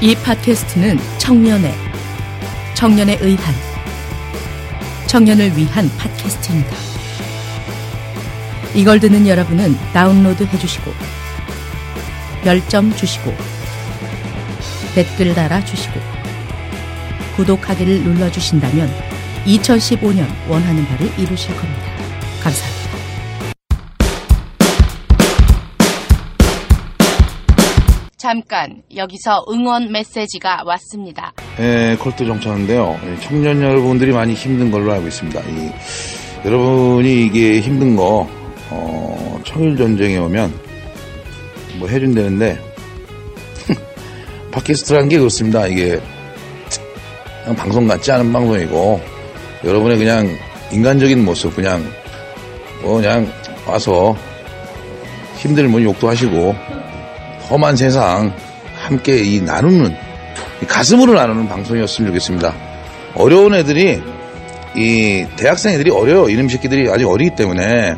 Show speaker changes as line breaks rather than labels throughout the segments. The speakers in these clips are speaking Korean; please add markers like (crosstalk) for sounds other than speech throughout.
이 팟캐스트는 청년의 청년에 의한 청년을 위한 팟캐스트입니다. 이걸 듣는 여러분은 다운로드 해주시고 별점 주시고 댓글 달아주시고 구독하기를 눌러주신다면 2015년 원하는 바를 이루실 겁니다. 감사합니다. 잠깐 여기서 응원 메시지가 왔습니다.
예, 콜트 정차인데요. 예, 청년 여러분들이 많이 힘든 걸로 알고 있습니다. 이, 여러분이 이게 힘든 거, 어, 청일 전쟁에 오면 뭐 해준다는데, (laughs) 팟캐스트라는 게 그렇습니다. 이게 그냥 방송 같지 않은 방송이고, 여러분의 그냥 인간적인 모습, 그냥, 뭐 그냥 와서 힘들면 욕도 하시고, 험한 세상 함께 이 나누는 이 가슴으로 나누는 방송이었으면 좋겠습니다. 어려운 애들이 이 대학생 애들이 어려요. 이놈 새끼들이 아직 어리기 때문에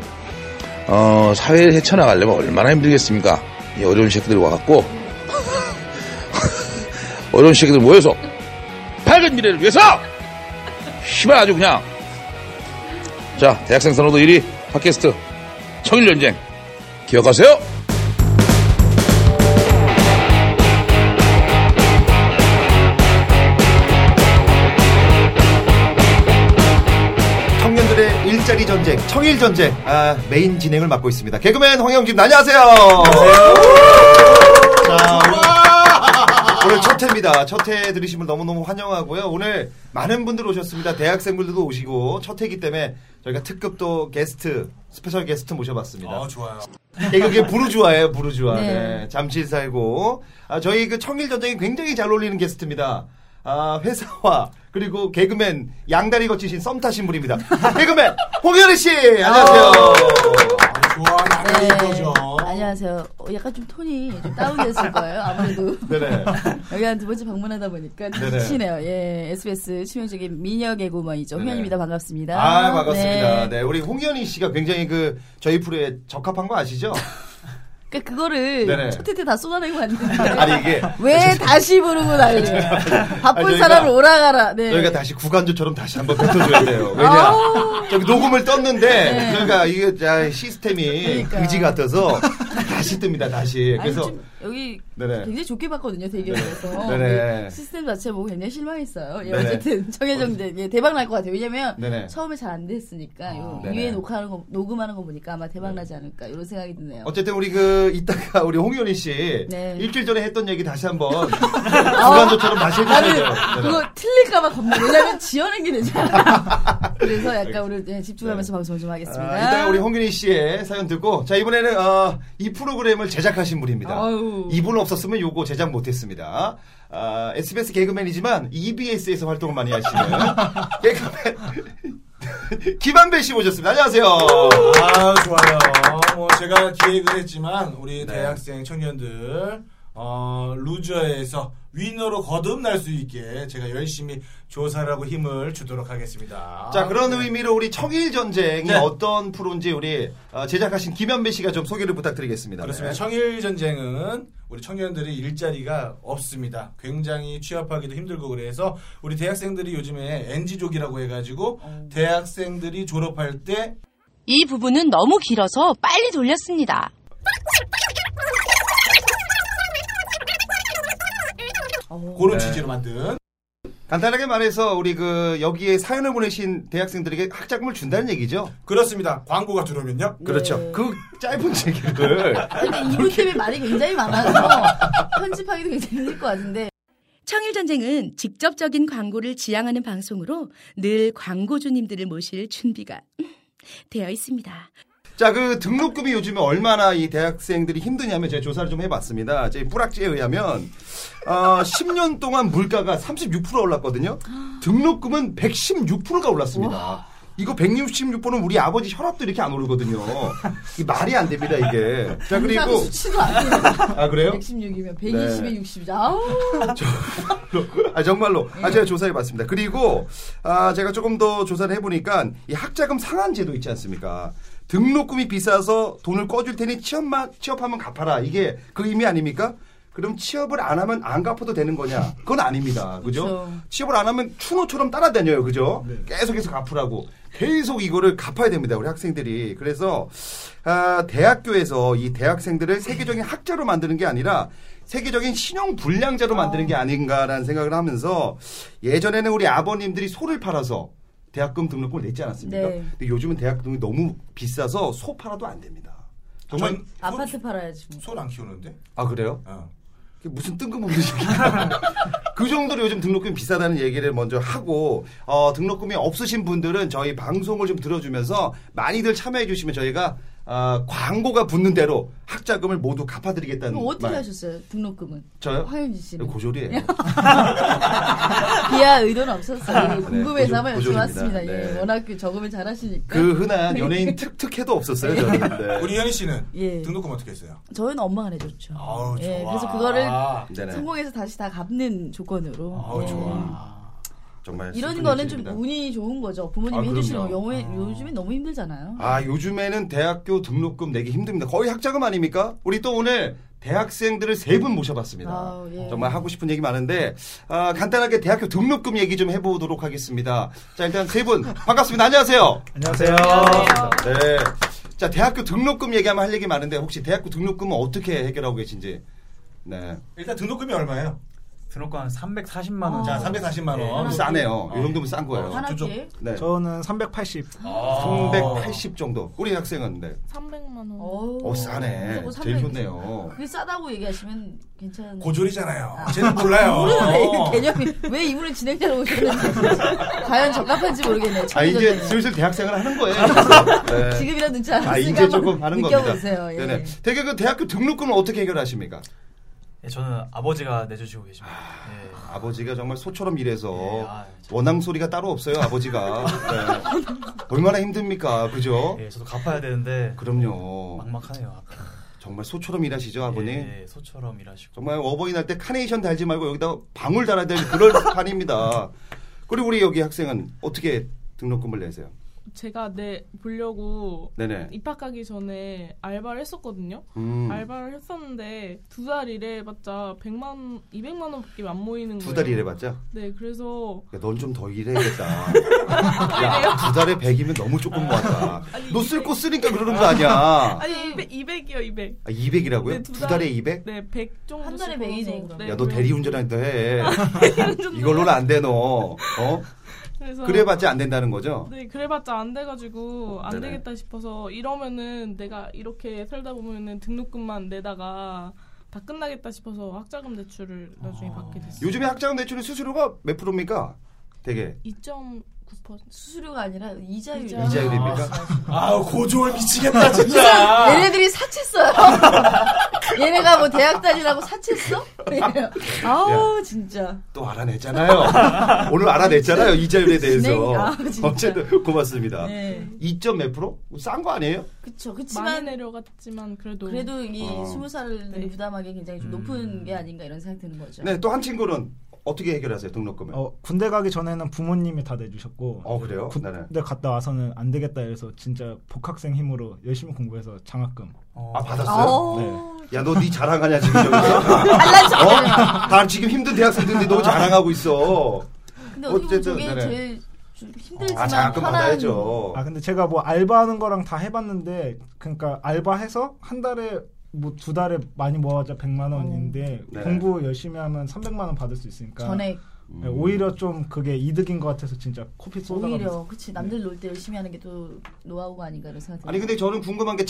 어, 사회를 헤쳐나가려면 얼마나 힘들겠습니까? 이 어려운 새끼들 와갖고 (laughs) 어려운 새끼들 모여서 밝은 미래를 위해서 힘을 아주 그냥 자 대학생 선호도 1위 팟캐스트 청일 전쟁 기억하세요.
청년들의 일자리 전쟁, 청일 전쟁, 아, 메인 진행을 맡고 있습니다. 개그맨 황영진, 안녕하세요. 자, 오늘- 오늘 첫 회입니다. 첫 회 들으신 분 너무너무 환영하고요. 오늘 많은 분들 오셨습니다. 대학생분들도 오시고, 첫 회이기 때문에 저희가 특급도 게스트, 스페셜 게스트 모셔봤습니다.
좋아요.
이게 예, 부르주아예요, 부르주아.
네.
네. 잠실 살고. 아, 저희 그 청일 전쟁이 굉장히 잘 어울리는 게스트입니다. 아, 회사와 그리고 개그맨 양다리 거치신 썸 타신 분입니다. 개그맨 홍현희 씨, 안녕하세요.
좋아, 약간
네.
이거죠.
네. 안녕하세요. 어, 약간 좀 톤이 좀 다운됐을 거예요. 아무래도
네네.
(laughs) 여기 한 두 번째 방문하다 보니까 좀
네네.
지치네요. 예, SBS 치명적인 미녀 개구먼이죠.
네네.
홍현입니다. 반갑습니다.
아,
네.
반갑습니다. 네, 우리 홍현희 씨가 굉장히 그 저희 프로에 적합한 거
(laughs)
아시죠?
그러니까 그거를
네네.
첫 회때 다 쏟아내고 왔는데
(laughs) 아니 이게
왜 다시 부르고 난리예요. 바쁜
저희가-
사람을 오라가라. 네. 아.
저희가 다시 구간조처럼 다시 한번 뱉어줘야 돼요. 왜냐? 저기 녹음을 떴는데 저희가 이게 자, 시스템이
네. 그러니까요.
그지 같아서 다시 뜹니다. 다시.
아니,
그래서
좀 여기
네네.
굉장히 좋게 봤거든요 대결에서
(laughs) 네네.
근데 시스템 자체 보고 굉장히 실망했어요. 예,
네네.
어쨌든 정해정대 예, 대박 날 것 같아요. 왜냐면
네네. 아,
처음에 잘 안 됐으니까 요
네네.
위에 녹화하는 거 녹음하는 거 보니까 아마 대박 나지 않을까 이런 생각이 드네요.
어쨌든 우리 그 이따가 우리 홍윤희 씨
네.
일주일 전에 했던 얘기 다시
(laughs)
한번 무관조처럼
(laughs)
다시
나는
해주세요. 네, 아,
그거 틀릴까봐 겁나 왜냐면 지어낸 게
(laughs)
되잖아. 그래서 약간 오늘 예, 집중하면서 방송을 좀 하겠습니다.
아, 이따가 우리 홍윤희 씨의 사연 듣고 자 이번에는 어, 이 프로그램을 제작하신 분입니다.
아유.
이분 없었으면 요거 제작 못했습니다. 아, SBS 개그맨이지만 EBS에서 활동을 많이 하시는
(laughs)
개그맨 (laughs) 김한배 씨 모셨습니다. 안녕하세요.
아, 좋아요. 뭐 제가 기획을 했지만 우리
네.
대학생 청년들 어, 루저에서 위너로 거듭날 수 있게 제가 열심히 조사하고 힘을 주도록 하겠습니다.
자
아,
그런
네.
의미로 우리 청일 전쟁이
네.
어떤 프로인지 우리 어, 제작하신 김한배 씨가 좀 소개를 부탁드리겠습니다.
그렇습니다.
네.
청일 전쟁은 우리 청년들이 일자리가 없습니다. 굉장히 취업하기도 힘들고 그래서 우리 대학생들이 요즘에 NG족이라고 해가지고
어.
대학생들이 졸업할 때
이 부분은 너무 길어서 빨리 돌렸습니다.
네.
그런 취지로 만든
간단하게 말해서 우리 그 여기에 사연을 보내신 대학생들에게 학자금을 준다는 얘기죠.
그렇습니다. 광고가 들어오면요.
네.
그렇죠. 그 짧은 (laughs) 얘기를
근데 이분 때문에 말이 굉장히 (laughs) 많아서 편집하기도 굉장히 힘들 것 같은데
청일전쟁은 직접적인 광고를 지향하는 방송으로 늘 광고주님들을 모실 준비가 되어 있습니다.
자, 그 등록금이 요즘에 얼마나 이 대학생들이 힘드냐면 제가 조사를 좀 해봤습니다. 제 뿌락지에 의하면 어, 10년 동안 물가가 36% 올랐거든요. 등록금은 116%가 올랐습니다. 이거 166%는 우리 아버지 혈압도 이렇게 안 오르거든요. 이 말이 안 됩니다, 이게. 자,
이상한
그리고
수치도 안 (laughs) 돼요. 네.
아 그래요?
116이면 120에 60이다. 아우.
(laughs) 아 정말로 아 제가 조사해 봤습니다. 그리고 아 제가 조금 더 조사를 해 보니까 이 학자금 상한 제도 있지 않습니까? 등록금이 비싸서 돈을 꺼줄 테니 취업만 취업하면 갚아라 이게 그 의미 아닙니까? 그럼 취업을 안 하면 안 갚아도 되는 거냐? 그건 아닙니다. 그죠?
그쵸.
취업을 안 하면 추노처럼 따라다녀요. 그죠?
네.
계속 계속 갚으라고. 계속 이거를 갚아야 됩니다. 우리 학생들이. 그래서 아, 대학교에서 이 대학생들을 세계적인 학자로 만드는 게 아니라 세계적인 신용
아.
불량자로 만드는 게 아닌가라는 생각을 하면서 예전에는 우리 아버님들이 소를 팔아서 대학금 등록금을 냈지 않았습니까?
네.
근데 요즘은 대학금이 너무 비싸서 소 팔아도 안 됩니다. 정말
전
아파트 팔아야지. 뭐.
소를 안 키우는데.
아 그래요?
어.
그게 무슨 뜬금없는
(laughs)
얘기야. 그 정도로 요즘 등록금이 비싸다는 얘기를 먼저 하고 어, 등록금이 없으신 분들은 저희 방송을 좀 들어주면서 많이들 참여해 주시면 저희가 아, 광고가 붙는 대로 학자금을 모두 갚아드리겠다는
그럼 어떻게
말.
하셨어요? 등록금은?
저요? 그
화윤지 씨는 (laughs)
고졸이에요.
비하 의도는 없었어요. 궁금해서
고졸-
한번
고졸입니다.
여쭤봤습니다. 예,
네.
워낙 그 저금을 잘하시니까.
그 흔한
네.
연예인 특특해도 없었어요. 저는. 네.
우리 현희 씨는
예.
등록금 어떻게 했어요?
저희는 엄마가 내줬죠.
아우,
예,
좋아.
그래서 그거를
네네.
성공해서 다시 다 갚는 조건으로.
아우
예.
좋아.
정말
이런
슬픈
거는 좀
일입니다.
운이 좋은 거죠. 부모님이
아,
해주시는 거.
그럼요.
영어 요즘엔 너무 힘들잖아요.
아 요즘에는 대학교 등록금 내기 힘듭니다. 거의 학자금 아닙니까? 우리 또 오늘 대학생들을 세 분 모셔봤습니다.
아우, 예.
정말 하고 싶은 얘기 많은데 아, 간단하게 대학교 등록금 얘기 좀 해보도록 하겠습니다. 자 일단 세 분 반갑습니다. 안녕하세요.
안녕하세요.
네. 자 대학교 등록금 얘기하면 할 얘기 많은데 혹시 대학교 등록금은 어떻게 해결하고 계신지. 네.
일단 등록금이 얼마예요?
등록금 한 340만 원.
자, 340만 원.
어, 싸네요. 이 정도면 싼 거예요.
어.
하나
저쪽.
길.
네.
저는 380.
아.
380 정도. 우리 학생은 네.
300만 원.
어우.
어 싸네.
저거
제일
300.
좋네요.
그게 싸다고 얘기하시면 괜찮은.
고졸이잖아요. 쟤는 몰라요. 어.
모르는 개념이 왜 이분을 진행자로
(laughs)
오셨는지 과연 적합한지 모르겠네요.
아 이제
청취자들은. 아,
슬슬 대학생을 하는 거예요. 벌써. 네.
지금이라 눈치 안
아,
쓰니까
이제 조금 가는 겁니다.
느껴보세요. 예.
네네. 되게 그 대학교 등록금은 어떻게 해결하십니까?
예, 저는 아버지가 내주시고 계십니다. 예.
아버지가 정말 소처럼 일해서
네, 아, 참.
원앙 소리가 따로 없어요, 아버지가. 네. 얼마나 힘듭니까? 그죠?
예, 저도 갚아야 되는데
그럼요.
막막하네요. 앞에.
정말 소처럼 일하시죠, 아버님?
예, 소처럼 일하시고.
정말 어버이날 때 카네이션 달지 말고 여기다 방울 달아야 될 그럴 (laughs) 판입니다. 그리고 우리 여기 학생은 어떻게 등록금을 내세요?
제가 내 보려고
네네.
입학하기 전에 알바를 했었거든요.
음,
알바를 했었는데 두 달 일해봤자 100만, 200만 원밖에 안 모이는 거예요.
두 달 일해봤자?
네, 그래서
그러니까 넌 좀 더 일해야겠다. 야, 두 달에 100이면 너무 조금 모았다. 너 쓸 거 쓰니까 그러는 거 아니야.
아니 200, 이요 200.
아, 200이라고요?
네,
두,
두
달에 200?
네, 100 정도.
한 달에
쓰고
100 이네,
나서.
그럼.
네,
야, 너
그래서-
대리운전한다 해. 이걸로는 안 돼, 너. 어?
그래서
그래봤자 안 된다는 거죠?
네, 그래봤자 안 돼가지고 안
네네.
되겠다 싶어서 이러면은 내가 이렇게 살다 보면은 등록금만 내다가 다 끝나겠다 싶어서 학자금 대출을 나중에 받게 됐어요.
아. 요즘에 학자금 대출의 수수료가 몇 프로입니까? 되게.
2.9%.
수수료가 아니라 이자율.
이자율.
이자율입니까?
아우, 고졸
(laughs)
미치겠다, 진짜.
얘네들이 (laughs) 사채써요. 얘네가 뭐 대학 다니라고 사채써? 아우 진짜.
또 알아냈잖아요. 오늘 알아냈잖아요, 이자율에 대해서.
진행- 아, 진짜.
어쨌든 고맙습니다.
네.
2점 몇 프로? 싼 거 아니에요?
그쵸.
많이
그치만
내려갔지만 그래도
그래도 이
어.
스무 살을
네.
부담하기 굉장히 좀 높은 게 아닌가 이런 생각 드는 거죠.
네, 또 한 친구는 어떻게 해결하세요, 등록금을?
어, 군대 가기 전에는 부모님이 다 내주셨고
어, 그래요?
군대
나는.
갔다 와서는 안 되겠다 해서 진짜 복학생 힘으로 열심히 공부해서 장학금
어,
아, 받았어요?
어.
네.
야, 너 니 자랑하냐, 지금 여기서?
달라져.
어? 다 지금 힘든 대학생들인데 너 자랑하고 있어.
근데 어떻게 보면
어쨌든,
저게
네네.
제일 좀 힘들지만
아, 장학금
편한
받아야죠.
아 근데 제가 뭐 알바하는 거랑 다 해봤는데 그러니까 알바해서 한 달에 뭐 두 달에 많이 모아자 100만 원인데
네.
공부 열심히 하면 300만 원 받을 수 있으니까
전액
네, 오히려 좀 그게 이득인 것 같아서 진짜 코피 쏟아가면서
오히려 그치 남들 놀 때 열심히 하는 게 또 노하우가 아닌가 이런 생각.
네. 아니 근데 저는 궁금한 게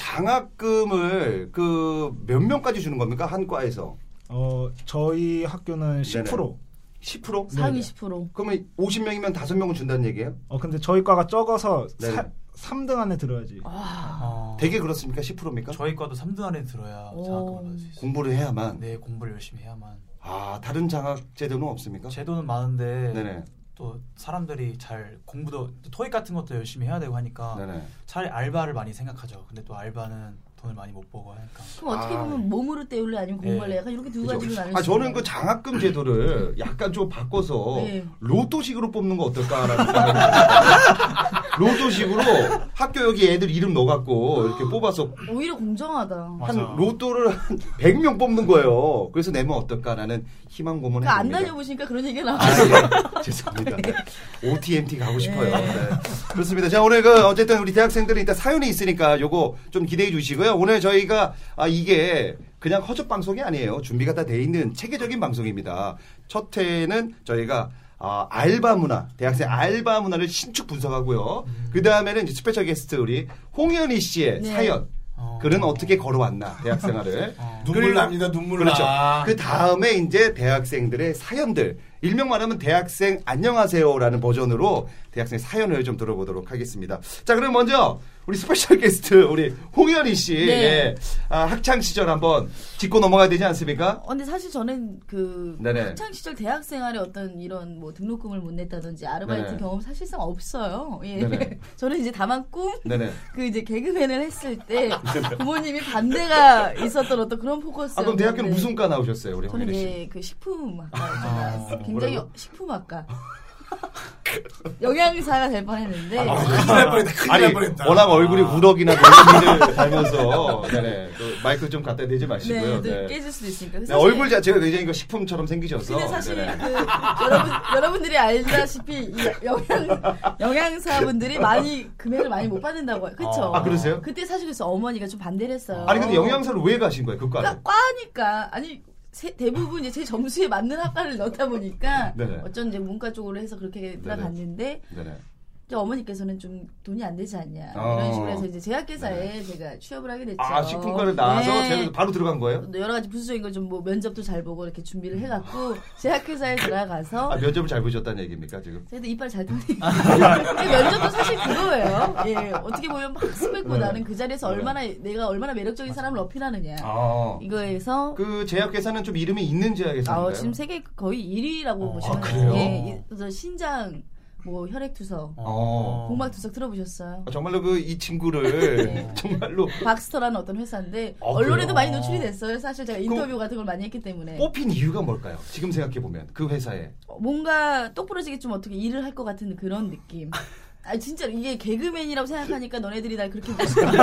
장학금을 그 몇 명까지 주는 겁니까 한 과에서
어, 저희 학교는 10%
10%?
상위
네네.
10%.
그러면 50명이면 5명은 준다는 얘기예요?
어 근데 저희 과가 적어서
네네.
사, 3등 안에 들어야지
아.
어,
되게 그렇습니까? 10%입니까?
저희 과도 3등 안에 들어야
오.
장학금을 받을 수 있어요.
공부를 해야만.
네, 공부를 열심히 해야만.
아 다른 장학 제도는 없습니까?
제도는 많은데
네네.
또 사람들이 잘 공부도 토익 같은 것도 열심히 해야 되고 하니까
네네.
차라리 알바를 많이 생각하죠. 근데 또 알바는 돈을 많이 못 버고 하니까.
그럼 어떻게
아.
보면 몸으로 때울래 아니면 공부할래
네.
약간 이렇게 두
그죠?
가지로 나눌
아
수
저는
있는
그 장학금 제도를 약간 좀 바꿔서
네.
로또식으로 뽑는 거 어떨까라는 생각을 했어요. 로또식으로 학교 여기 애들 이름 넣어갖고 이렇게 뽑아서
오히려 공정하다.
맞아.
한 로또를 한 100명 뽑는 거예요. 그래서 내면 어떨까라는 희망 고문을
그러니까 안
해봅니다.
다녀보시니까 그런 얘기가 나와.
아,
(laughs)
예. 죄송합니다. OTMT 가고 싶어요.
네.
네. 그렇습니다. 자, 오늘 그 어쨌든 우리 대학생들은 일단 사연이 있으니까 요거 좀 기대해 주시고요. 오늘 저희가 아, 이게 그냥 허접 방송이 아니에요. 준비가 다 돼 있는 체계적인 방송입니다. 첫 회는 저희가 아, 알바 문화, 대학생 알바 문화를 신축 분석하고요. 그 다음에는 이제 스페셜 게스트 우리 홍현희 씨의
네.
사연.
어.
그는 어떻게 걸어왔나, 대학생활을.
눈물
그리고-
납니다, 눈물
그렇죠.
나.
그 다음에 이제 대학생들의 사연들. 일명 말하면 대학생 안녕하세요라는 버전으로 대학생 사연을 좀 들어보도록 하겠습니다. 자, 그럼 먼저 우리 스페셜 게스트 우리 홍현희 씨
네.
예. 아, 학창 시절 한번 짚고 넘어가야 되지 않습니까?
어, 근데 사실 저는 그
네네.
학창 시절 대학 생활에 어떤 이런 뭐 등록금을 못 냈다든지 아르바이트
네네.
경험 사실상 없어요. 예.
네네.
저는 이제 다만 꿈 (laughs)
네네.
그 이제 개그맨을 했을
(laughs)
때 부모님이 반대가 있었던 어떤 그런 포커스.
네. 아, 그럼
네.
대학교는 무슨 과 나오셨어요, 우리
저는
홍현희 씨?
예, 그 식품학과
아,
굉장히
뭐라고? (laughs)
식품학과 영양사가 될
아,
뻔했는데 네,
큰일 날 뻔했다. 큰일
아니,
날 뻔했다.
워낙 얼굴이 우럭이나 노인을 (laughs) 달면서 네네. 그 마이크 좀 갖다 대지
네,
마시고요.
네,
네.
깨질 수도 있으니까.
네,
사실-
얼굴 자체가 굉장히 그 식품처럼 생기셔서
근데 사실
네네.
그 여러분 여러분들이 알다시피 이 영양 영양사분들이 많이 금액을 많이 못 받는다고 그쵸
아, 그러세요?
그때 사실 그래서 어머니가 좀 반대를 했어요.
아니 근데 영양사를 왜 가신 거예요? 그 과를?
그러니까 과니까 아니 세- 대부분 이제 제 점수에 맞는 학과를 넣다 보니까
네네.
어쩐지 문과 쪽으로 해서 그렇게 들어갔는데
네네.
이제 어머니께서는 좀 돈이 안 되지 않냐
어.
이런 식으로 해서 이제 제약회사에 제가 취업을 하게 됐죠.
네. 아 식품과를 나와서
네.
제가 바로 들어간 거예요?
또 여러 가지 부수적인 걸 좀 뭐 면접도 잘 보고 이렇게 준비를 해갖고
음.
제약회사에 들어가서 네.
아 면접을 잘 보셨다는 얘기입니까 지금?
그래도 이빨 잘 터니.
아.
면접도 사실 그거예요. 예, 어떻게 보면 학습 했고
네.
나는 그 자리에서 얼마나 내가 얼마나 매력적인 사람을 어필하느냐
아.
이거에서
그 제약회사는 좀 이름이 있는 제약회사인가요?
아, 지금 세계 거의 1위라고
어,
보시면
아,
돼요.
그래요?
예, 이- 그래서 신장 뭐 혈액 투석,
어.
복막 투석 들어보셨어요?
아, 정말로 그 이 친구를
네.
(laughs) 정말로
박스터라는 어떤 회사인데
아,
언론에도
그래요?
많이 노출이 됐어요. 사실 제가 인터뷰
그럼-
같은 걸 많이 했기 때문에
뽑힌 이유가 뭘까요? 지금 생각해 보면 그 회사에
뭔가 똑부러지게 좀 어떻게 일을 할 것 같은 그런 느낌. 아 진짜 이게 개그맨이라고 생각하니까 너네들이 날 그렇게 우습게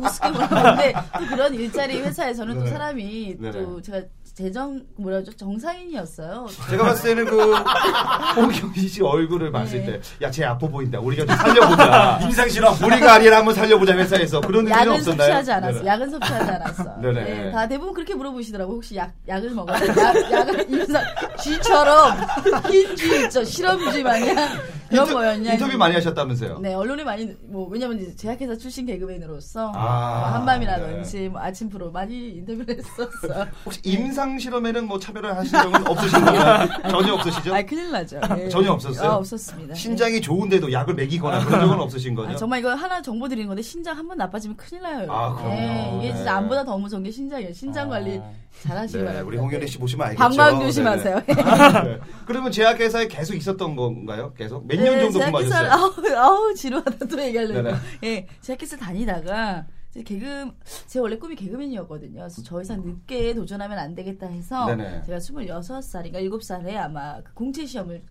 우습게 보는데 또 그런 일자리 회사에서는 또
네네.
사람이
네네.
또 제가 재정 뭐라죠 정상인이었어요.
제가 봤을 때는 그 (laughs) 홍경희 씨 얼굴을 봤을
네.
때 야 쟤 아파 보인다 우리가 좀 살려보자
(laughs) 임상 실험.
우리가 아니라 한번 살려보자 회사에서 그런 의미는
약은
없었나요?
섭취하지 않았어.
네네.
약은 섭취하지 않았어.
(laughs) 네네.
네, 다 대부분 그렇게 물어보시더라고. 혹시 약 약을 먹었어? 약 약을 인상 쥐처럼 흰쥐 있죠. 실험쥐 마냥 그런
인터-
거였냐?
인터뷰 많이 하셨다면서요?
네, 언론에 많이 뭐 왜냐면 이제 제약회사 출신 개그맨으로서
아, 네.
뭐 한밤이라든지 뭐 아침 프로 많이 인터뷰를
(laughs)
했었어.
혹시 임상 실험에는 뭐 차별을 하신 적은
(laughs)
없으신 거예요? (laughs) 전혀 없으시죠?
아, 큰일 나죠. 예.
전혀 없었어요?
아, 없었습니다.
신장이 좋은데도 약을 먹이거나 그런 적은 없으신
예.
거죠?
아, 정말 이거 하나 정보 드리는 건데 신장 한 번 나빠지면 큰일 나요. 여러분.
아, 그럼요.
예, 이게
네. 아,
진짜 암보다 더 무서운 게 신장이에요. 신장 관리 잘하시기
네,
바랍니다.
우리 홍현희 씨 보시면 알겠죠. 네,
방광 조심하세요.
네네. 네. 그러면 제약회사에 계속 있었던 건가요? 계속 몇 년
네,
정도
제약회사를-
근무하셨어요?
아우, 아우 지루하다 또 얘기하려고.
네네.
예, 제약회사 다니다가 이제 개그 제 원래 꿈이 개그맨이었거든요. 그래서 저 이상 늦게 도전하면 안 되겠다 해서
네네.
제가 26살인가 7살에 아마 그 공채 시험을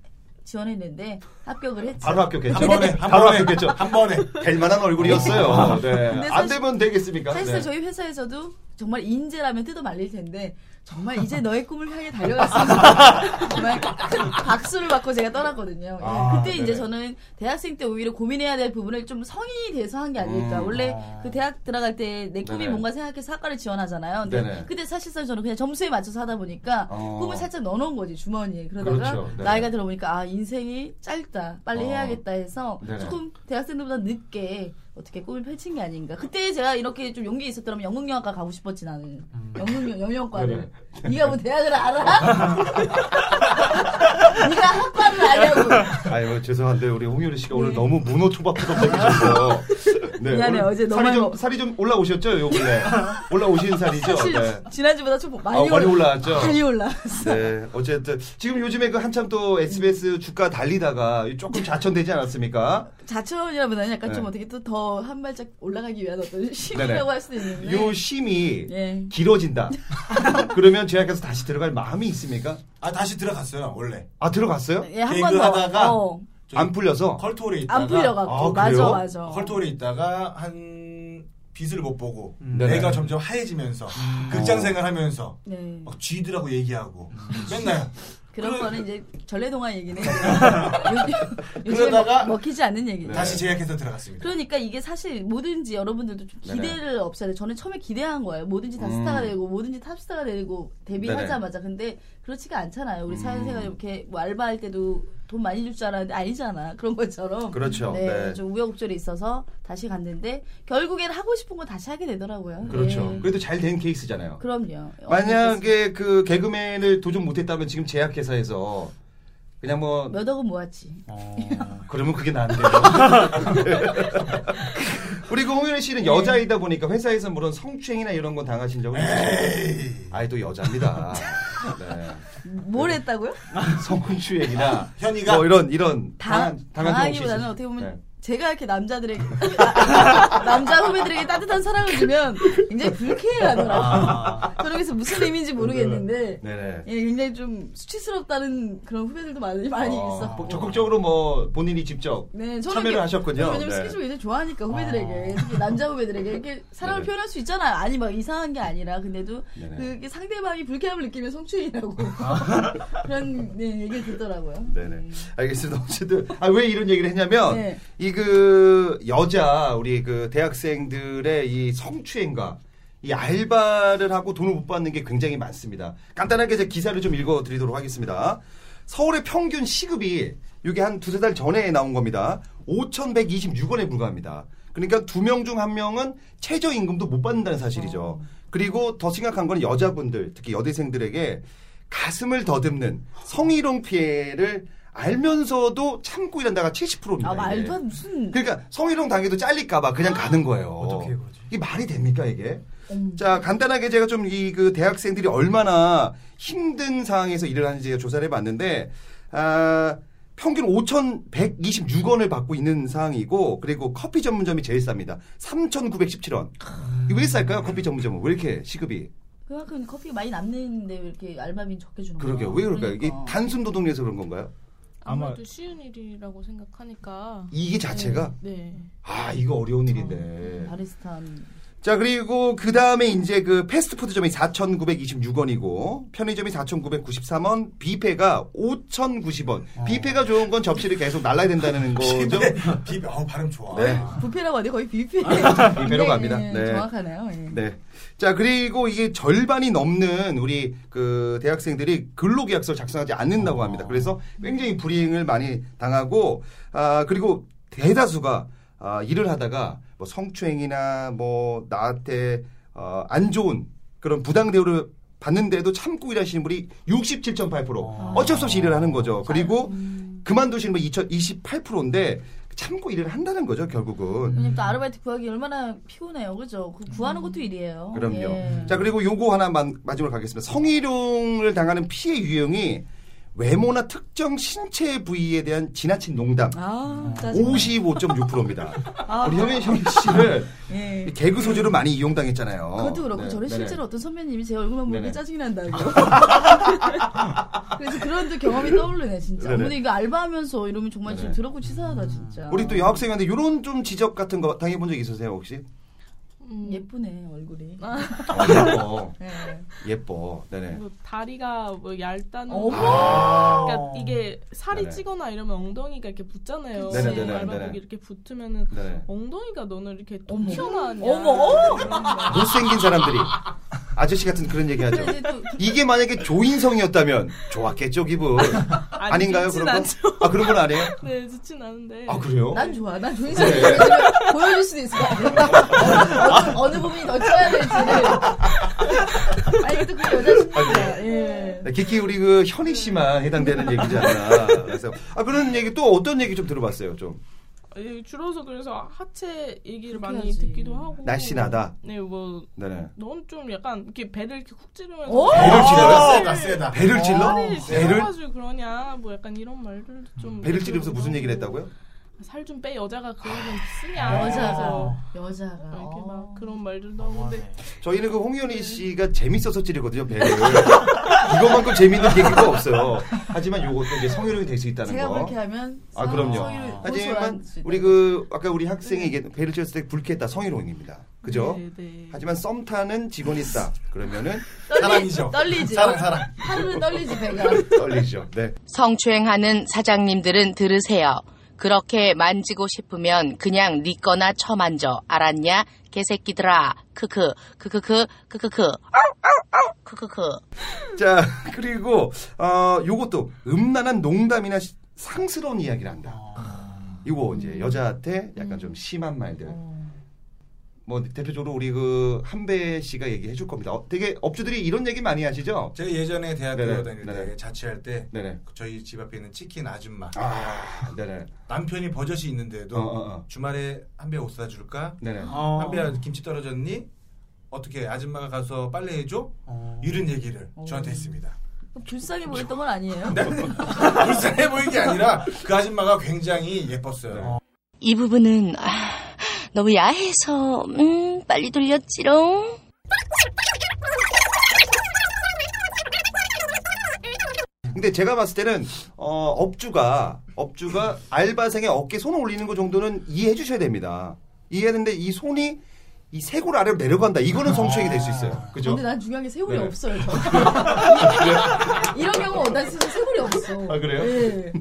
지원했는데 합격을 했죠.
바로 합격했죠.
(laughs)
한 번에, 한
바로
번에.
합격했죠.
한 번에.
될 만한 얼굴이었어요. 네.
근데
안
사실-
되면 되겠습니까?
사실
네.
저희 회사에서도 정말 인재라면 뜯어 말릴 텐데 정말
(laughs)
이제 너의 꿈을 향해 달려갔습니다. (laughs) 정말 큰 박수를 받고 제가 떠났거든요. 예,
아,
그때 이제
네네.
저는 대학생 때 오히려 고민해야 될 부분을 좀 성인이 돼서 한 게 아닐까.
음,
원래 그 대학 들어갈 때 내 꿈이
네네.
뭔가 생각해서 학과를 지원하잖아요. 근데
네네.
그때 사실상 저는 그냥 점수에 맞춰서 하다 보니까
어.
꿈을 살짝 넣어놓은 거지 주머니에. 그러다가
그렇죠. 네네.
나이가 들어보니까 아 인생이 짧다. 빨리
어.
해야겠다 해서
네네.
조금 대학생들보다 늦게 어떻게 꿈을 펼친 게 아닌가. 그때 제가 이렇게 좀 용기 있었더라면 영문영학과 가고 싶었지 나는.
음.
영문 영영과를. 네가 뭐 대학을 알아? (laughs) 네가 학과를 아냐고.
뭐 아유 죄송한데 우리 홍유리 씨가 오늘 너무 문어 초밥 초밥 먹이셔서 네,
네. 미안해,
오늘
어제 너무
살이 좀
많이 먹-
살이 좀 올라오셨죠, 요 근래 올라오신 살이죠.
사실
네.
지난주보다 좀
아,
많이,
많이,
올라-
올라왔죠.
많이 올라왔어.
네, 어쨌든 지금 요즘에 그 한참 또 SBS 주가 달리다가 조금 좌천되지 않았습니까?
자천이라보다는 약간 좀
네.
어떻게 또 더 한 발짝 올라가기 위한 어떤
네네.
심이라고 할 수도 있는데.
요 심이
예.
길어진다. 그러면 제약에서 다시 들어갈 마음이 있습니까?
아 다시 들어갔어요 원래.
아 들어갔어요?
예, 한 번 더.
개그하다가
어,
저기
안 풀려서
컬투홀에 있다가
안 풀려갖고.
아,
맞아,
그래요?
맞아.
컬투홀에 있다가 한 빚을 못 보고
음. 네네. 아.
내가 점점 하얘지면서 극장 생활하면서
네.
막 쥐들하고 얘기하고
음. (laughs)
맨날
그런
그래-
거는 이제 전래동화 얘기네.
그러다가
요즘 먹히지 않는 얘기.
네.
다시 제약해서 들어갔습니다.
그러니까 이게 사실 뭐든지 여러분들도 좀
네네.
기대를 없애야 돼. 저는 처음에 기대한 거예요. 뭐든지 다
음.
스타가 되고 뭐든지 탑스타가 되고 데뷔하자마자. 근데 그렇지가 않잖아요.
음.
우리 사연생활 이렇게 뭐 알바할 때도 돈 많이 줄 줄 알았는데 아니잖아. (laughs) 그런 것처럼.
그렇죠.
네,
네.
좀 우여곡절이 있어서 다시 갔는데 결국엔 하고 싶은 거 다시 하게 되더라고요.
그렇죠.
예.
그래도 잘 된 케이스잖아요.
그럼요.
만약에 그 개그맨을 도전 못했다면 지금 제약회사에서 그냥 뭐
몇 억은 모았지. (laughs)
그러면 그게 (laughs) 난데요. 우리 그 홍윤희
예.
씨는 여자이다 보니까 회사에서 물론 성추행이나 이런 건 당하신 적은 없어요. 아이 또 (laughs) 여자입니다. 네.
뭘 했다고요?
(laughs) 성추행이나
현이가
뭐 이런 이런
당,
당한 적없
당하기보다는 어떻게 보면 제가 이렇게 남자들에게 남자 후배들에게 따뜻한 사랑을 주면 굉장히
아. (laughs)
불쾌해하더라고요. (laughs) 저는 그래서 무슨 의미인지 모르겠는데
네네.
예, 굉장히 좀 수치스럽다는 그런 후배들도 많이 많이
어.
있었고.
적극적으로 뭐 본인이 직접
네,
참여를
이렇게-
하셨군요.
저는 왜냐면
네.
스케줄을 굉장히 좋아하니까 후배들에게 특히 남자 후배들에게 이렇게 사랑을
네네.
표현할 수 있잖아요. 아니 막 이상한 게 아니라 근데도
네네.
그게 상대방이 불쾌함을 느끼면 성추행이라고 (laughs)
아.
그런 네, 얘기를 듣더라고요.
네네. 알겠습니다. (laughs) 어쨌든 아 왜 이런 얘기를 했냐면
네.
이 그 여자 우리 그 대학생들의 이 성추행과 이 알바를 하고 돈을 못 받는 게 굉장히 많습니다. 간단하게 제 기사를 좀 읽어드리도록 하겠습니다. 서울의 평균 시급이 이게 한 두세 달 전에 나온 겁니다. 5,126원에 불과합니다. 그러니까 두 명 중 한 명은 최저임금도 못 받는다는 사실이죠. 그리고 더 심각한 건 여자분들, 특히 여대생들에게 가슴을 더듬는 성희롱 피해를 알면서도 참고 일한다가 70%입니다.
아 말도 안 무슨
네. 그러니까 성희롱 당해도 잘릴까봐 그냥 가는 거예요.
어떻게 그러지?
이게 말이 됩니까 이게? 자 간단하게 제가 좀 이 그 대학생들이 얼마나 힘든 상황에서 일을 하는지 제가 조사를 해봤는데 아, 평균 5,126원을 받고 있는 상황이고 그리고 커피 전문점이 제일 쌉니다. 3,917원. 이게 왜 쌀까요? 커피 전문점은 왜 이렇게 시급이?
그만큼 커피가 많이 남는데 왜 이렇게 알바비는 적게 주는 거야?
그러게요. 왜 그럴까요? 이게
그러니까.
단순 노동력에서 그런 건가요?
아무래도
아마-
쉬운 일이라고 생각하니까.
이게 자체가
네.
아 이거 어려운 일인데.
바리스타 하는-
자, 그리고 그 다음에 이제 그 패스트푸드점이 4,926원이고, 편의점이 4,993원, 뷔페가 5,090원. 뷔페가 좋은 건 접시를 계속 날라야 된다는 거죠? (laughs)
비, 어 발음 좋아.
어, 네.
부페라고 하는데 거의 뷔페
뷔페로 아, 갑니다. 네.
정확하네요. 예.
네. 자, 그리고 이게 절반이 넘는 우리 그 대학생들이 근로계약서를 작성하지 않는다고 합니다. 그래서 굉장히 불이익을 많이 당하고, 아, 그리고 대다수가 아, 일을 하다가 뭐 성추행이나 뭐 나한테 어, 안 좋은 그런 부당 대우를 받는데도 참고 일하시는 분이 67.8% 어쩔 수 없이 일을 하는 거죠. 그리고 그만두시는 분 28%인데 참고 일을 한다는 거죠, 결국은.
왜냐면 또 아르바이트 구하기 얼마나 피곤해요, 그죠? 그 구하는 것도 일이에요.
음. 그럼요.
예.
자 그리고 요거 하나만 마지막으로 가겠습니다. 성희롱을 당하는 피해 유형이 외모나 특정 신체 부위에 대한 지나친 농담
아, 짜증나.
55.6%입니다.
아,
우리 현민 현 씨를
예.
이 개그 소재로 많이 이용당했잖아요.
그것도 그렇고
네,
저는
네네.
실제로 어떤 선배님이 제 얼굴만 보는
네네.
게 짜증이
(laughs)
난다고. 그래서 그런 또 경험이 떠오르네 진짜.
네네.
근데 이거 알바하면서 이러면 정말 좀
네네.
더럽고 치사하다 진짜.
우리 또 여학생한테 이런 좀 지적 같은 거 당해본 적 있으세요
(laughs)
혹시?
음,
예쁘네 얼굴이.
어, 예뻐,
네.
예뻐. 네네.
뭐 다리가 뭐 얇다는.
어머!
거. 그러니까 이게 살이
네네.
찌거나 이러면 엉덩이가 이렇게 붙잖아요.
그치. 네네네네,
알바복이
네네.
이렇게 붙으면은
네네.
엉덩이가 너는 이렇게
어머.
톡 튀어나왔냐.
어머, 어!
못생긴 사람들이 아저씨 같은 그런 얘기하죠.
근데 또
이게 만약에 조인성이었다면 좋았겠죠 기분
아니,
아닌가요
좋진
그런 건?
않죠.
아 그런 건 아니에요?
네, 좋진 않은데.
아 그래요?
어,
난 좋아. 난
네.
조인성 씨 보여줄 수도 있을 것 같아. 어느, 어느 부분이 더 쳐야 될지를. 아니, 근데 그 여자 신분이야. 예.
네, 기키 우리 그 아, 현희 씨만 해당되는 얘기잖아. 그래서 아 그런 얘기 또 어떤 얘기 좀 들어봤어요 좀.
예, 줄어서 그래서 하체 얘기를 많이
그렇게 하지.
듣기도 하고
날씬하다.
네, 뭐
네네.
넌 좀 약간 이렇게 배를 이렇게 쿡 찌르면서
오!
어? 배를 찔러요?
세다 세다.
배를 찔러?
배를
배를
찔러가지고 그러냐 뭐 약간 이런 말들도 좀
배를 찌르면서 무슨 얘기를 했다고요?
살좀 빼 여자가 그러면
아,
아.
쓰냐
여자가
그래서
여자가
이렇게 막
어.
그런 말들도 하고 근데
저희는 그 홍현희 씨가 재밌어서 찌르거든요 배를. 이것만큼 재밌는 얘기가 없어요. 하지만 요것도 이제 성희롱이 될 수 있다는
제가
거.
그렇게 하면
아, 그럼요.
성희롱을
하지만
고소할 수 있다.
우리 그 아까 우리 학생이 이게 배를 찔렀을 때 불쾌했다 성희롱입니다. 그죠?
네, 네.
하지만 썸 타는 직원이 있다. 그러면은
사랑이죠.
네.
떨리지
사랑 사랑.
하루는 떨리지 배가
떨리죠. 네.
성추행하는 사장님들은 들으세요. 그렇게 만지고 싶으면 그냥 니네 거나 쳐만져. 알았냐? 개새끼들아. 크크. 크크크. 크크크. 크크크.
자 그리고 어 요것도 음란한 농담이나 시- 상스러운 이야기를 한다. 이거 이제 여자한테 약간 좀 심한 말들. 뭐 대표적으로 우리 그 한배 씨가 얘기해 줄 겁니다. 어, 되게 업주들이 이런 얘기 많이 하시죠?
제가 예전에 대학교
네네,
다닐 때
네네.
자취할 때
네네.
저희 집 앞에 있는 치킨 아줌마
아, 네네.
남편이 버젓이 있는데도
어, 어, 어.
주말에 한 배옷 사줄까?
네네.
한배야 김치 떨어졌니? 어떻게 아줌마가 가서 빨래 해줘?
어.
이런 얘기를 저한테 했습니다.
불쌍해 보였던 건 아니에요?
네.
불쌍해 보인 게 아니라 그 아줌마가 굉장히 예뻤어요.
이 부분은 아, 너무 야해서 음, 빨리 돌렸지롱.
근데 제가 봤을 때는 어, 업주가 업주가 알바생의 어깨 손을 올리는 것 정도는 이해해 주셔야 됩니다. 이해하는데 이 손이 이 쇄골 아래로 내려간다. 이거는 성추행이 될 수 있어요. 그죠?
근데 난 중요한 게 세골이
네.
없어요 저
(laughs)
이런 경우 난 진짜 세골이 없어
아, 그래요?
네.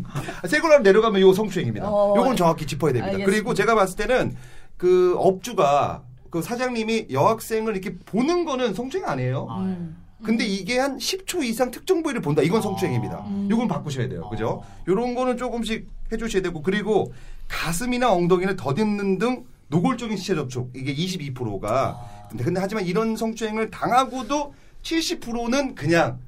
쇄골 아래로 내려가면 이거 성추행입니다.
어,
요건 정확히 짚어야 됩니다.
알겠습니다.
그리고 제가 봤을 때는 그 업주가 그 사장님이 여학생을 이렇게 보는 거는 성추행 아니에요.
네.
근데 이게 한 10초 이상 특정 부위를 본다.
아.
이건 성추행입니다.
음.
이건 바꾸셔야 돼요. 그죠? 이런 거는 조금씩 해주셔야 되고 그리고 가슴이나 엉덩이를 더듬는 등 노골적인 시체 접촉 이게
아.
22%가 근데, 근데 하지만 이런 성추행을 당하고도 70%는 그냥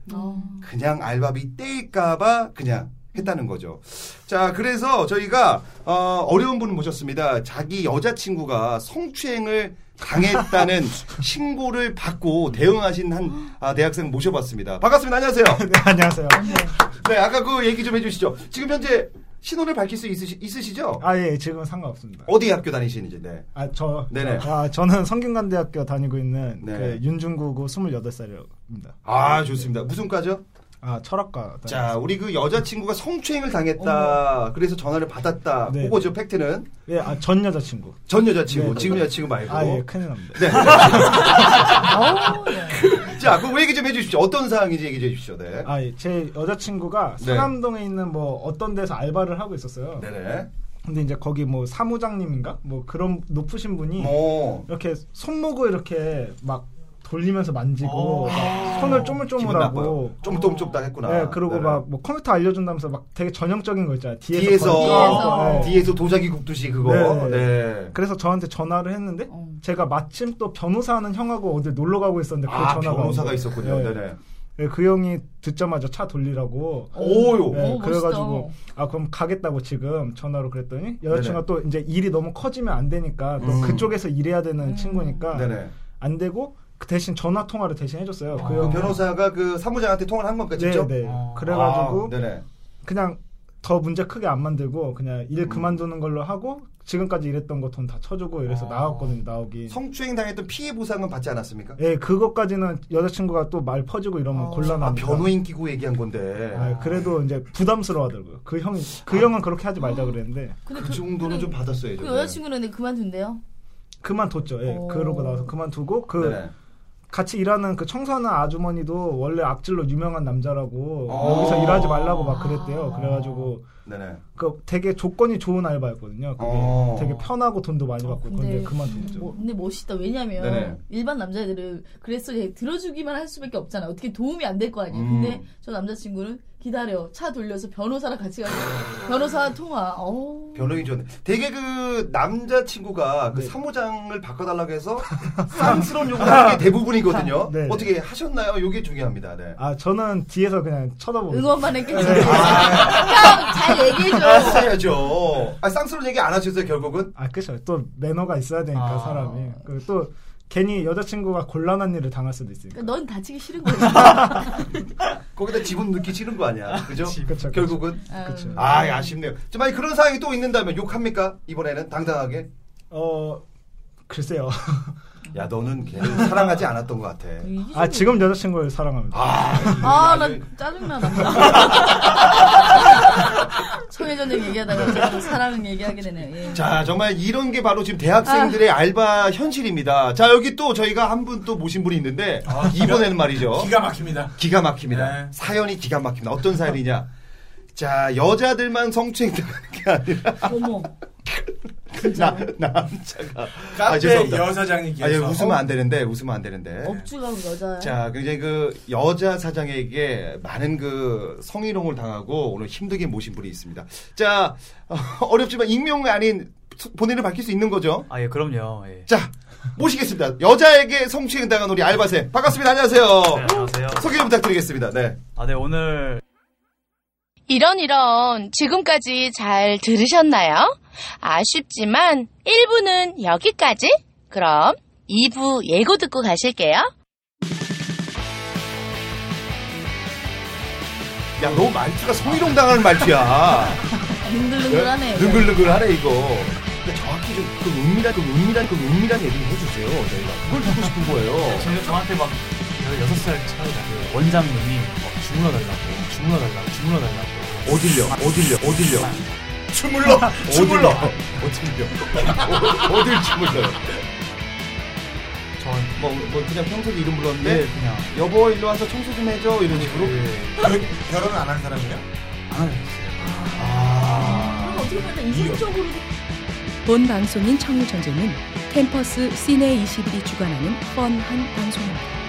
그냥 알바비 떼일까봐 그냥 했다는 거죠. 자, 그래서 저희가 어, 어려운 분을 모셨습니다. 자기 여자친구가 성추행을
(laughs)
당했다는 신고를 받고 대응하신 한 아, 대학생 모셔봤습니다. 반갑습니다. 안녕하세요.
(laughs) 네, 안녕하세요.
아,
네, 아까 그 얘기 좀 해주시죠. 지금 현재 신원을 밝힐 수 있으시, 있으시죠?
아, 예, 지금 상관없습니다.
어디 학교 다니시는지. 네.
아, 저,
네네.
아, 저는 성균관대학교 다니고 있는
네.
그 윤중구고 28살입니다.
아, 좋습니다. 무슨 과죠?
아, 철학과.
자, 우리 그 여자친구가 성추행을 당했다. 그래서 전화를 받았다.
네.
그거 죠 팩트는
예, 아, 전 여자친구.
전 여자친구,
네.
지금 여자친구 말고.
아, 예, 큰일 납니다.
네.
아우, 네.
자, 그럼 얘기 좀 해주십시오. 어떤 사항인지 얘기 좀 해주십시오. 네.
아, 예, 제 여자친구가
네.
상암동에 있는 뭐 어떤 데서 알바를 하고 있었어요.
네네.
근데 이제 거기 뭐 사무장님인가? 뭐 그런 높으신 분이
오.
이렇게 손목을 이렇게 막 돌리면서 만지고 막 손을
어. 기분
쪼물쪼물하고
나빠요. 쫌쫌쫌딱 했구나.
네, 그리고
네네.
막 뭐 컴퓨터 알려준다면서 막 되게 전형적인 거 있잖아요. 뒤에서
뒤에서,
걸어서. 네.
뒤에서 도자기 굽듯이 그거.
네.
네.
그래서 저한테 전화를 했는데
어.
제가 마침 또 변호사하는 형하고 어디 놀러 가고 있었는데 그
아,
전화가
변호사가
온 거예요.
있었군요.
네.
네. 네
네, 그 형이 듣자마자 차 돌리라고.
오요.
네,
오,
그래가지고
멋있다.
아 그럼 가겠다고 지금 전화로 그랬더니 여자친구가 또 이제 일이 너무 커지면 안 되니까 또 그쪽에서 일해야 되는 친구니까
음. 네네.
안 되고 그 대신 전화 통화를 대신 해줬어요. 그
그
형이.
변호사가 그 사무장한테 통화를 한 겁니까, 직접?
네, 네.
아.
그래가지고
아, 네네.
그냥 더 문제 크게 안 만들고 그냥
음.
일 그만두는 걸로 하고 지금까지 일했던 거 돈 다 쳐주고
아.
이래서 나왔거든요 나오기.
성추행 당했던 피해 보상은 받지 않았습니까?
예, 그것까지는 여자친구가 또 말 퍼지고 이러면 곤란합니다.
아, 변호인 끼고 얘기한 건데.
아, 그래도 이제 부담스러워하더라고요. 그 형이
아.
그 형은 그렇게 하지 말자 그랬는데
근데
그 정도는 좀
그
받았어야죠. 네.
여자친구는 근데 그만둔대요
그만뒀죠. 예,
오.
그러고 나서 그만두고 그
네네.
같이 일하는 그 청소하는 아주머니도 원래 악질로 유명한 남자라고
어.
여기서 일하지 말라고 막 그랬대요. 그래가지고
네네.
그 되게 조건이 좋은 알바였거든요. 그게
어.
되게 편하고 돈도 많이 받고 어, 근데
근데-
그만뒀죠.
뭐, 근데 멋있다. 왜냐면
네네.
일반 남자애들은 그래서 얘 들어주기만 할 수밖에 없잖아. 어떻게 도움이 안 될 거 아니에요.
음.
근데 저 남자친구는 기다려. 차 돌려서 변호사랑 같이 가서 변호사 통화. 어.
변호인 좋네. 되게 그 남자친구가
네.
그 사무장을 바꿔달라고 해서 쌍스러운 요구를 하는 게 대부분이거든요.
네.
어떻게 하셨나요? 요게 중요합니다. 네.
아 저는 뒤에서 그냥 쳐다보고
응원만 (laughs) 했겠지. 형, 잘 얘기해줘.
하셔야죠. 아, 쌍스러운 얘기 안 하셨어요, 결국은?
아 그쵸 또 매너가 있어야 되니까
아.
사람이 그리고 또 괜히 여자친구가 곤란한 일을 당할 수도 있으니까
그러니까 넌 다치기 싫은 거야.
거기다 지분 넣기 싫은 거 아니야. 그죠?
그쵸,
결국은.
그쵸
아, 예, 아쉽네요. 저 만약 그런 상황이 또 있는다면 욕합니까? 이번에는 당당하게?
어 글쎄요
야, 너는 걔를 사랑하지 않았던 것 같아.
아 지금 여자친구를 사랑합니다
아,
아,
아주-
나 (laughs) 짜증나다. 송혜전님 얘기하다가 자꾸 사랑 얘기하게 되네요. 예.
자, 정말 이런 게 바로 지금 대학생들의
아.
알바 현실입니다. 자, 여기 또 저희가 한 분 또 모신 분이 있는데, 이번에는 말이죠.
아, 기가 막힙니다.
기가 막힙니다.
네.
사연이 기가 막힙니다. 어떤 사연이냐. 자, 여자들만 성추행 당하는 게 아니라,
어머.
(laughs) 나, 남자가. 아,
카페
죄송합니다.
여사장님께서
아, 예, 웃으면 안 되는데, 웃으면 안 되는데.
업주가 여자야.
자, 굉장히 그 여자 사장에게 많은 그 성희롱을 당하고 오늘 힘들게 모신 분이 있습니다. 자, (laughs) 어, 어렵지만 익명 아닌 소- 본인을 밝힐 수 있는 거죠.
아, 예, 그럼요. 예.
자, 모시겠습니다. 여자에게 성추행 당한 우리 알바생. 반갑습니다. 안녕하세요.
어.
네, 안녕하세요.
소개 좀 부탁드리겠습니다. 네.
아, 네, 오늘
이런 이런 지금까지 잘 들으셨나요? 아쉽지만 1부는 여기까지. 그럼 2부 예고 듣고 가실게요.
야, 너 말투가 성희롱 당하는 말투야.
능글능글하네.
능글능글하네, 이거. 근데 정확히 좀, 그 은밀한, 그 은밀한, 그 은밀한 얘기 좀 해주세요. 저희가. 그걸 듣고 싶은 거예요.
저는 저한테 막 16살 차이 나는 원장님이 막 주물러달라고, 주물러달라고, 주물러달라고.
어딜려? 어딜려? 어딜려? (laughs) 주물러! 주물러! 어딜려? 어- 어딜 주물러요?
전,
뭐, 뭐 그냥 평소에 이름
예,
불렀는데
그냥. 그,
여보 일로 와서 청소 좀 해줘 이런 식으로
네.
그 결- 결혼 안 한 사람이야?
아,
그럼 어떻게 보면 다 이성적으로
본 방송인 청우전쟁은 캠퍼스 시내 21이 주관하는 뻔한 방송입니다.